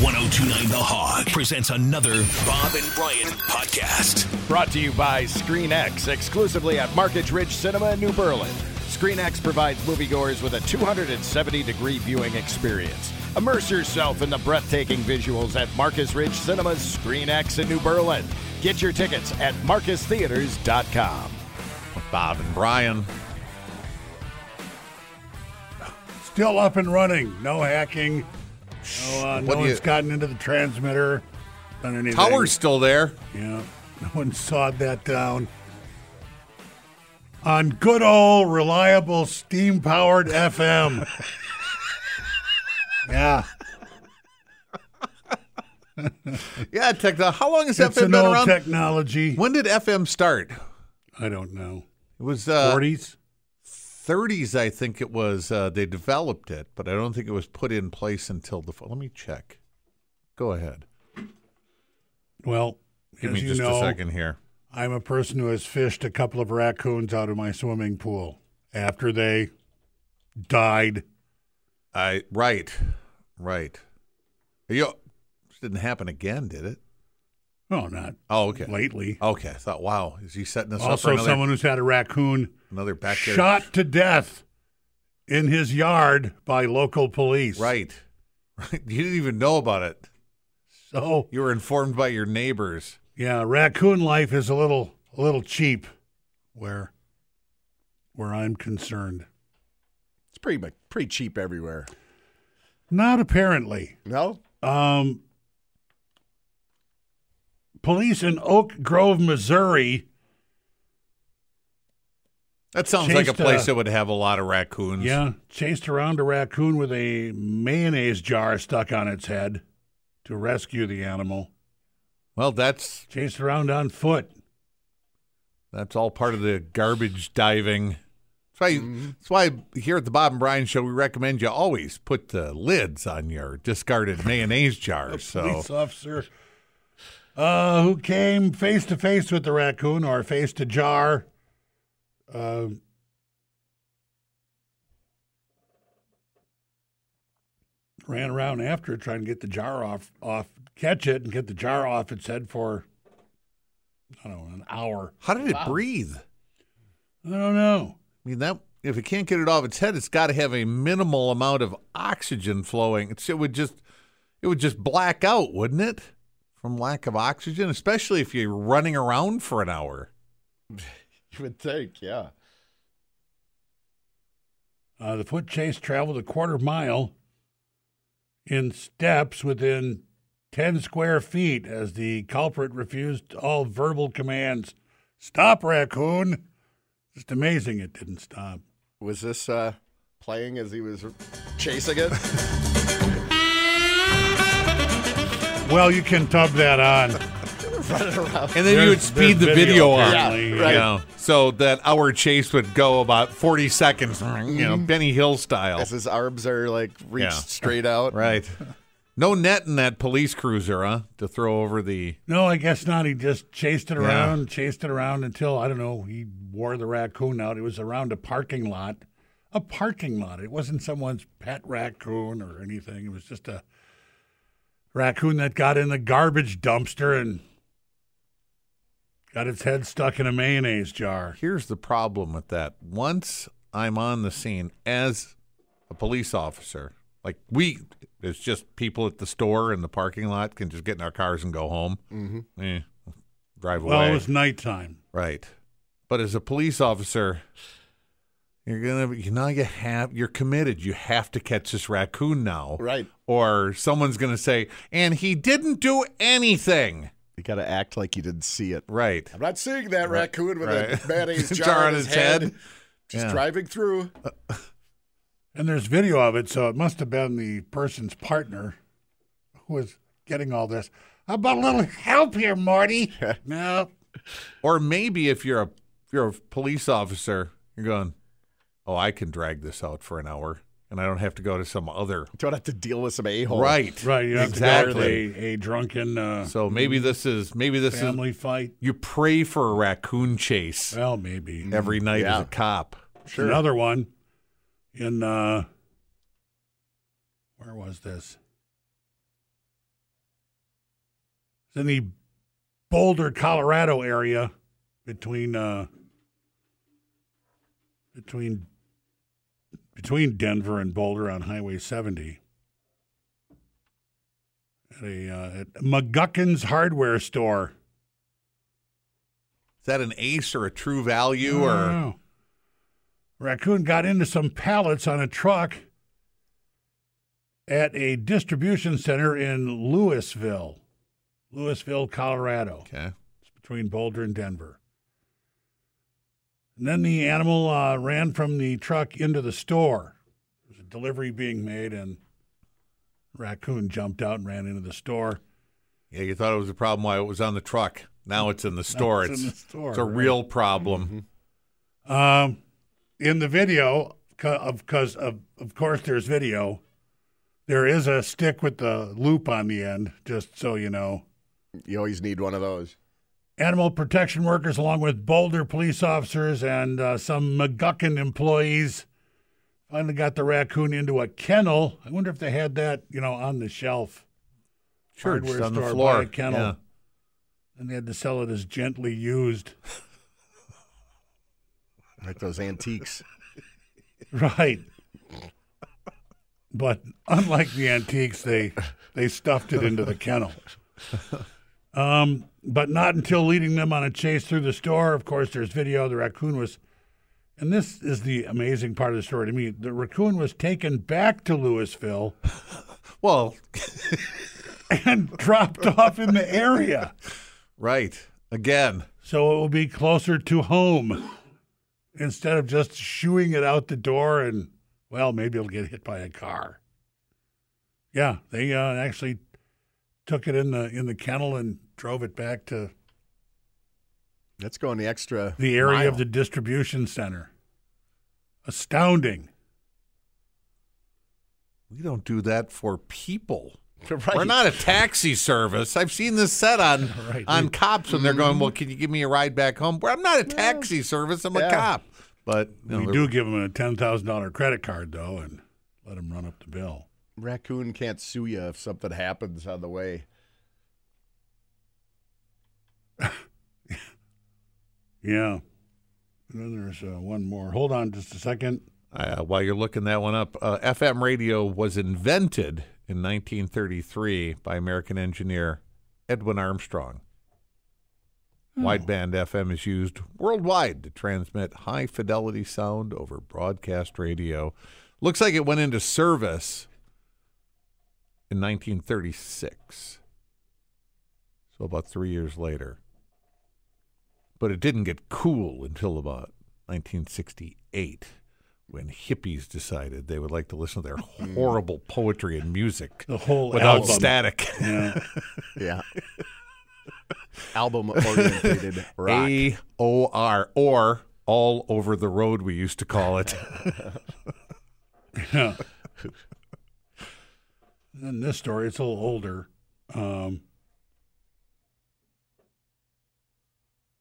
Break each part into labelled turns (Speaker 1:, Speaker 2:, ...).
Speaker 1: 1029 The Hog presents another Bob and Brian podcast.
Speaker 2: Brought to you by ScreenX, exclusively at Markage Ridge Cinema in New Berlin. ScreenX provides moviegoers with a 270 degree viewing experience. Immerse yourself in the breathtaking visuals at Marcus Ridge Cinema's ScreenX in New Berlin. Get your tickets at marcustheaters.com.
Speaker 3: Bob and Brian.
Speaker 4: Still up and running. No hacking. No, uh,
Speaker 3: What
Speaker 4: no
Speaker 3: do
Speaker 4: one's
Speaker 3: you-
Speaker 4: gotten into the transmitter. Done anything.
Speaker 3: Tower's still there.
Speaker 4: Yeah. No one sawed that down. On good old reliable steam powered FM. yeah.
Speaker 3: Yeah, tech. uh, How long has
Speaker 4: That's
Speaker 3: FM
Speaker 4: an
Speaker 3: been
Speaker 4: old
Speaker 3: around?
Speaker 4: technology.
Speaker 3: when did FM start?
Speaker 4: I don't know.
Speaker 3: It was uh,
Speaker 4: 40s?
Speaker 3: 30s, I think it was. Uh, they developed it, but I don't think it was put in place until the. Let me check. Go ahead.
Speaker 4: Well,
Speaker 3: Give
Speaker 4: as
Speaker 3: me
Speaker 4: you
Speaker 3: just
Speaker 4: know,
Speaker 3: a second here.
Speaker 4: I'm a person who has fished a couple of raccoons out of my swimming pool after they died.
Speaker 3: I right, right. You this didn't happen again, did it?
Speaker 4: Well, not
Speaker 3: Oh, okay.
Speaker 4: lately.
Speaker 3: Okay, I thought, wow, is he setting us up for
Speaker 4: Also,
Speaker 3: another,
Speaker 4: someone who's had a raccoon
Speaker 3: another backyard
Speaker 4: shot to death in his yard by local police.
Speaker 3: Right, right. You didn't even know about it.
Speaker 4: So,
Speaker 3: You were informed by your neighbors.
Speaker 4: yeah, raccoon life is a little a little cheap where where I'm concerned.
Speaker 5: It's pretty much pretty cheap everywhere.
Speaker 4: Not apparently.
Speaker 5: No,
Speaker 4: Um, police in Oak Grove, Missouri.
Speaker 3: That sounds like a
Speaker 4: Changed,
Speaker 3: place
Speaker 4: uh,
Speaker 3: that would have a lot of raccoons.
Speaker 4: Yeah, chased around a raccoon with a mayonnaise jar stuck on its head to rescue the animal.
Speaker 3: Well, that's
Speaker 4: Chased around on foot.
Speaker 3: that's all part of the garbage diving. That's why,
Speaker 5: Mm-hmm.
Speaker 3: that's why here at the Bob and Brian Show, we recommend you always put the lids on your discarded mayonnaise
Speaker 5: Oh,
Speaker 4: a
Speaker 3: jars. So
Speaker 4: police officer uh, who came face to face with the raccoon or face to jar. Uh, ran around after it, trying to get the jar off, off, catch it, and get the jar off its head for I don't know an hour.
Speaker 3: how did it breathe?
Speaker 4: I don't know.
Speaker 3: I mean, that if it can't get it off its head, it's got to have a minimal amount of oxygen flowing. It's, it would just, it would just black out, wouldn't it? From lack of oxygen, especially if you're running around for an hour.
Speaker 5: you would think, yeah.
Speaker 4: Uh, the foot chase traveled a quarter mile in steps within 10 square feet as the culprit refused all verbal commands. Stop, raccoon! Just amazing it didn't stop.
Speaker 5: Was this uh, playing as he was chasing it?
Speaker 4: Well, you can tub that on.
Speaker 5: running around.
Speaker 3: And then you would
Speaker 4: There's-
Speaker 3: speed the
Speaker 4: there's
Speaker 3: video, up.
Speaker 4: apparently.
Speaker 5: Yeah, right.
Speaker 3: You know, so that our chase would go about 40 seconds, you
Speaker 5: Mm-hmm.
Speaker 3: know, Benny Hill style.
Speaker 5: As his arms are like reached
Speaker 3: Yeah.
Speaker 5: straight out.
Speaker 3: Right. No net in that police cruiser, huh? To throw over the.
Speaker 4: No, I guess not. He just chased it
Speaker 3: Yeah.
Speaker 4: around, chased it around until, I don't know, he wore the raccoon out. It was around a parking lot. A parking lot. It wasn't someone's pet raccoon or anything. It was just a raccoon that got in the garbage dumpster and got its head stuck in a mayonnaise jar.
Speaker 3: Here's the problem with that. Once I'm on the scene as a police officer, like we, it's just people at the store and the parking lot can just get in our cars and go home. Mm-hmm. Eh, drive away.
Speaker 4: Well, it was nighttime.
Speaker 3: Right. But as a police officer, you're gonna you know you have you're committed. You have to catch this raccoon now.
Speaker 5: Right.
Speaker 3: Or someone's gonna say, and he didn't do anything.
Speaker 5: You got to act like you didn't see it.
Speaker 3: Right.
Speaker 5: I'm not seeing that raccoon with
Speaker 3: Right.
Speaker 5: a mayonnaise jar, on his head. Just
Speaker 3: Yeah.
Speaker 5: driving through.
Speaker 4: And there's video of it, so it must have been the person's partner who was getting all this. How about a little help here, Marty? no.
Speaker 3: Or maybe if you're a if you're a police officer, you're going, Oh, I can drag this out for an hour and I don't have to go to some other
Speaker 5: Don't have to deal with some a hole.
Speaker 3: Right.
Speaker 4: Right. You have
Speaker 3: exactly.
Speaker 4: To go to a, a drunken uh,
Speaker 3: So maybe this is maybe this is
Speaker 4: family fight.
Speaker 3: you pray for a raccoon chase
Speaker 4: Well, maybe.
Speaker 3: every night as
Speaker 5: Yeah.
Speaker 3: a cop.
Speaker 5: Sure.
Speaker 4: Another one in, uh, where was this? It's in the Boulder, Colorado area between uh, between between Denver and Boulder on Highway 70. At a uh, at McGuckin's hardware store.
Speaker 3: Is that an ace or a true value
Speaker 4: I don't
Speaker 3: or
Speaker 4: know. Raccoon got into some pallets on a truck at a distribution center in Louisville, Louisville, Colorado.
Speaker 3: okay?
Speaker 4: It's between Boulder and Denver. And then the animal uh, ran from the truck into the store. There was a delivery being made, and raccoon jumped out and ran into the store.
Speaker 3: Yeah, you thought it was a problem while it was on the truck. Now it's in the store.
Speaker 4: it's
Speaker 3: It's,
Speaker 4: in the store,
Speaker 3: it's a
Speaker 4: right.
Speaker 3: real
Speaker 4: Mm-hmm.
Speaker 3: problem.
Speaker 4: Um, in the video, co- of cause of of course there's video. There is a stick with the loop on the end, just so you know.
Speaker 5: You always need one of those.
Speaker 4: Animal protection workers, along with Boulder police officers and uh, some McGuckin employees, finally got the raccoon into a kennel. I wonder if they had that, you know, on the shelf.
Speaker 3: Sure, just
Speaker 4: Hardware
Speaker 3: on the
Speaker 4: store,
Speaker 3: floor.
Speaker 4: buy a kennel.
Speaker 3: Yeah.
Speaker 4: And they had to sell it as gently used.
Speaker 5: Like those antiques.
Speaker 4: Right. But unlike the antiques, they they stuffed it into the kennel. Um, but not until leading them on a chase through the store. Of course, there's video. The raccoon was, and this is the amazing part of the story to me. The raccoon was taken back to Louisville
Speaker 3: Well,
Speaker 4: and dropped off in the area,
Speaker 3: right. Again,
Speaker 4: so it will be closer to home instead of just shooing it out the door and well, maybe it'll get hit by a car. Yeah, they uh, actually took it in the in the kennel and drove it back to
Speaker 5: That's going the extra.
Speaker 4: the area
Speaker 5: mile.
Speaker 4: of the distribution center. Astounding.
Speaker 3: we don't do that for people.
Speaker 5: Right.
Speaker 3: We're not a taxi service. I've seen this set on
Speaker 4: Right.
Speaker 3: on cops when they're going, "Well, can you give me a ride back home?" Well, I'm not a taxi service. I'm a
Speaker 5: Yeah.
Speaker 3: cop. But you know,
Speaker 4: we
Speaker 3: they're-
Speaker 4: do give them a ten thousand dollar credit card though, and let them run up the bill.
Speaker 5: Raccoon can't sue you if something happens on the way.
Speaker 4: Yeah. And then there's uh, one more. Hold on, just a second.
Speaker 3: Uh, while you're looking that one up, uh, FM radio was invented in 1933 by American engineer Edwin Armstrong. Wideband FM is used worldwide to transmit high fidelity sound over broadcast radio. Looks like it went into service in 1936. So about three years later. But it didn't get cool until about 1968 when hippies decided they would like to listen to their horrible poetry and music
Speaker 4: The whole
Speaker 3: without
Speaker 4: album.
Speaker 3: static.
Speaker 4: Yeah.
Speaker 5: Yeah. Album oriented rock.
Speaker 3: A O R or all over the road we used to call it.
Speaker 4: Yeah. In this story, it's a little older. Um,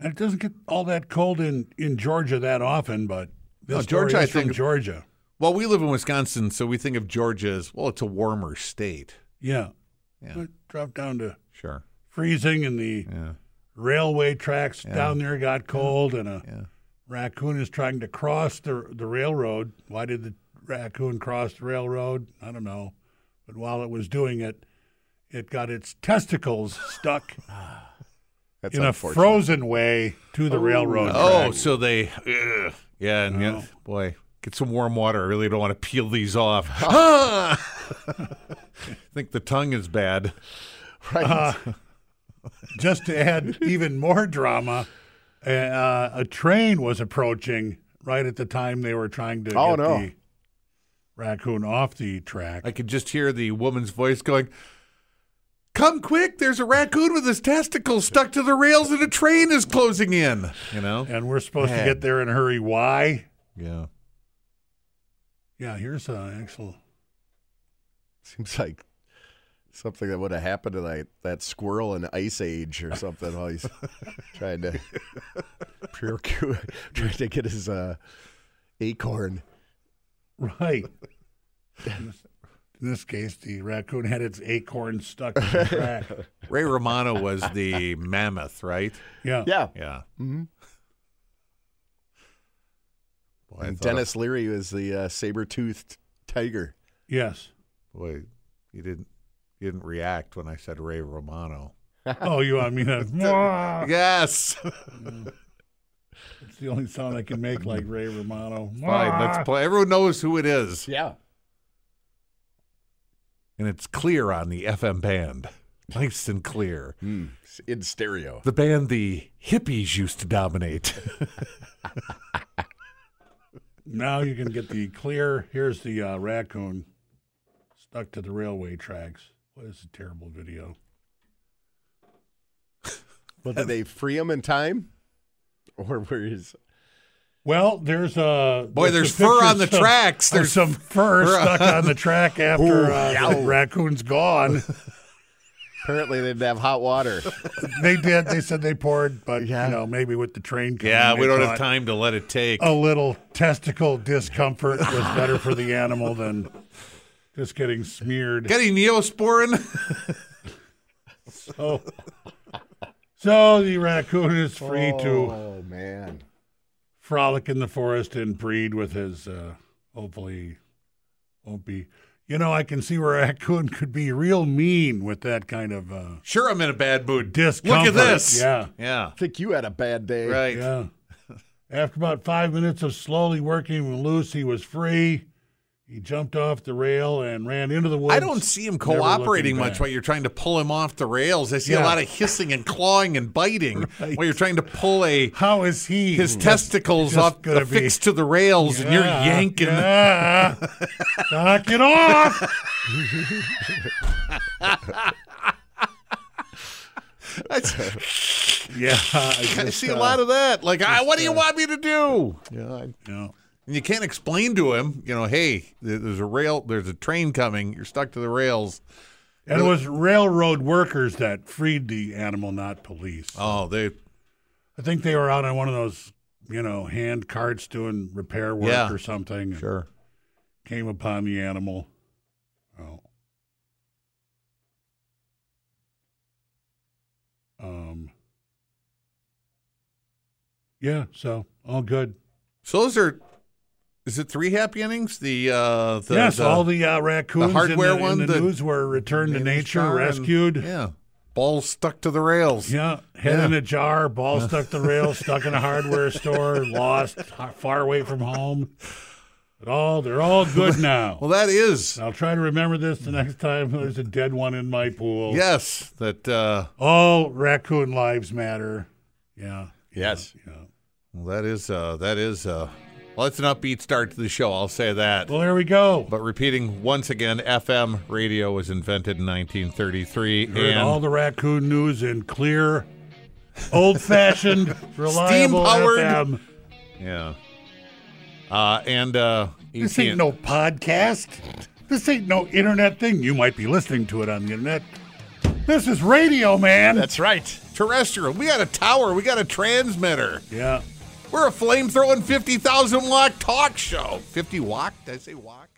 Speaker 4: and it doesn't get all that cold in, in Georgia that often, but this
Speaker 3: No,
Speaker 4: story
Speaker 3: Georgia, I
Speaker 4: is from
Speaker 3: think-
Speaker 4: Georgia.
Speaker 3: well, we live in Wisconsin, so we think of Georgia as well, it's a warmer state.
Speaker 4: Yeah.
Speaker 3: Yeah.
Speaker 4: It dropped down to
Speaker 3: Sure.
Speaker 4: freezing, and the
Speaker 3: Yeah.
Speaker 4: railway tracks
Speaker 3: Yeah.
Speaker 4: down there got cold, and a
Speaker 3: Yeah.
Speaker 4: raccoon is trying to cross the, the railroad. Why did the raccoon cross the railroad? I don't know. But while it was doing it, it got its testicles stuck.
Speaker 5: That's
Speaker 4: in a
Speaker 5: unfortunate.
Speaker 4: frozen way to the railroad.
Speaker 3: Oh,
Speaker 4: track.
Speaker 3: so they ugh. Yeah, and yeah,
Speaker 4: No.
Speaker 3: boy, get some warm water. I really don't want to peel these off. I think the tongue is bad.
Speaker 5: Right.
Speaker 4: just to add even more drama, uh, a train was approaching right at the time they were trying to
Speaker 5: Oh,
Speaker 4: get
Speaker 5: no.
Speaker 4: the raccoon off the track.
Speaker 3: I could just hear the woman's voice going, Come quick, there's a raccoon with his testicles stuck to the rails and a train is closing in. You know?
Speaker 4: and we're supposed
Speaker 3: Man.
Speaker 4: to get there in a hurry. Why?
Speaker 3: Yeah.
Speaker 4: Yeah, here's an actual.
Speaker 5: Seems like something that would have happened to like that squirrel in Ice Age or something while he's trying to procure, trying to get his uh, acorn.
Speaker 4: Right. In this case, the raccoon had its acorn stuck in the track.
Speaker 3: Ray Romano was the mammoth, right?
Speaker 4: Yeah.
Speaker 5: Yeah.
Speaker 3: Yeah.
Speaker 5: Mhm.
Speaker 3: Boy, I
Speaker 5: And
Speaker 3: thought-
Speaker 5: Dennis Leary was the uh, saber-toothed tiger.
Speaker 4: Yes.
Speaker 3: boy, you didn't you didn't react when I said Ray Romano.
Speaker 4: Oh, you want me to? Mwah!
Speaker 3: Yes.
Speaker 4: It's the only sound I can make like Ray Romano.
Speaker 3: Fine, let's play. Everyone knows who it is,
Speaker 5: Yeah.
Speaker 3: and it's clear on the FM band, nice and clear.
Speaker 5: Mm, In stereo.
Speaker 3: The band the hippies used to dominate.
Speaker 4: Now you can get the clear. Here's the uh, raccoon stuck to the railway tracks. What is a terrible video?
Speaker 5: But did they free him in time? Or where is
Speaker 4: Well, there's a
Speaker 3: Boy, there's
Speaker 4: a
Speaker 3: fur
Speaker 4: picture
Speaker 3: on the
Speaker 4: of some-
Speaker 3: tracks.
Speaker 4: of
Speaker 3: There's-
Speaker 4: some fur
Speaker 3: fur
Speaker 4: stuck
Speaker 3: on-
Speaker 4: on the track after uh, the raccoon's gone.
Speaker 5: apparently they didn't have hot water.
Speaker 4: they did. They said they poured, but
Speaker 5: Yeah.
Speaker 4: you know maybe with the train. Coming,
Speaker 3: yeah,
Speaker 4: they
Speaker 3: we don't
Speaker 4: thought
Speaker 3: have time to let it take.
Speaker 4: A little testicle discomfort was better for the animal than just getting smeared.
Speaker 3: Getting neosporin.
Speaker 4: So, Oh. so the raccoon is free to
Speaker 5: Oh man.
Speaker 4: frolic in the forest and breed with his. Uh, hopefully, won't be. You know, I can see where a raccoon could be real mean with that kind of uh,
Speaker 3: Sure, I'm in a bad mood.
Speaker 4: discomfort.
Speaker 3: Look at this.
Speaker 4: Yeah,
Speaker 3: Yeah.
Speaker 5: I think you had a bad day.
Speaker 3: Right.
Speaker 4: yeah. After about five minutes of slowly working loose, he was free. He jumped off the rail and ran into the woods.
Speaker 3: I don't see him
Speaker 4: never looking
Speaker 3: cooperating much
Speaker 4: back.
Speaker 3: while you're trying to pull him off the rails. I see a
Speaker 4: Yeah.
Speaker 3: lot of hissing and clawing and biting while you're trying to pull a
Speaker 4: How is he?
Speaker 3: his testicles
Speaker 4: just
Speaker 3: off
Speaker 4: gonna be-
Speaker 3: affixed to the rails, and you're
Speaker 4: Yeah,
Speaker 3: yanking.
Speaker 4: Yeah. Knock it off. Yeah. I,
Speaker 3: I
Speaker 4: just,
Speaker 3: see a
Speaker 4: uh,
Speaker 3: lot of that. Like, ah, what do you want me to do?
Speaker 4: you know,
Speaker 3: And you can't explain to him, you know, hey, th- there's a rail, there's a train coming. You're stuck to the rails.
Speaker 4: And it was railroad workers that freed the animal, not police.
Speaker 3: Oh, they
Speaker 4: I think they were out on one of those, you know, hand carts doing repair work
Speaker 3: Yeah.
Speaker 4: or something. and
Speaker 3: sure.
Speaker 4: Came upon the animal. Oh. Um. Yeah. So all good.
Speaker 3: So those are. Is it three happy endings? The uh, the,
Speaker 4: yes,
Speaker 3: the,
Speaker 4: all the uh, raccoons
Speaker 3: hardware
Speaker 4: in the,
Speaker 3: one,
Speaker 4: in the,
Speaker 3: the-
Speaker 4: news were returned to
Speaker 3: in the
Speaker 4: nature,
Speaker 3: jar and-
Speaker 4: rescued. yeah.
Speaker 3: yeah, balls stuck to the rails.
Speaker 4: head
Speaker 3: Yeah.
Speaker 4: in a jar, ball stuck to rail, stuck in a hardware store, lost, ha- far away from home. But all they're all good now.
Speaker 3: Well, that is
Speaker 4: I'll try to remember this the next time there's a dead one in my pool.
Speaker 3: yes. That uh,
Speaker 4: All raccoon lives matter. Yeah.
Speaker 5: Yes.
Speaker 4: Yeah.
Speaker 3: well, that is uh, that is uh, well, that's an upbeat start to the show. I'll say that.
Speaker 4: Well, there we go.
Speaker 3: But repeating once again, FM radio was invented in 1933,
Speaker 4: You heard all
Speaker 3: and
Speaker 4: the raccoon news in clear, old-fashioned, reliable
Speaker 3: Steam-powered.
Speaker 4: FM.
Speaker 3: yeah, uh, and uh,
Speaker 4: This ain't no podcast. This ain't no internet thing. You might be listening to it on the internet. This is radio, man.
Speaker 5: That's right.
Speaker 3: terrestrial. We got a tower. We got a transmitter.
Speaker 4: yeah.
Speaker 3: We're a flame throwing 50,000 watt talk show. 50 watt? Did I say watt?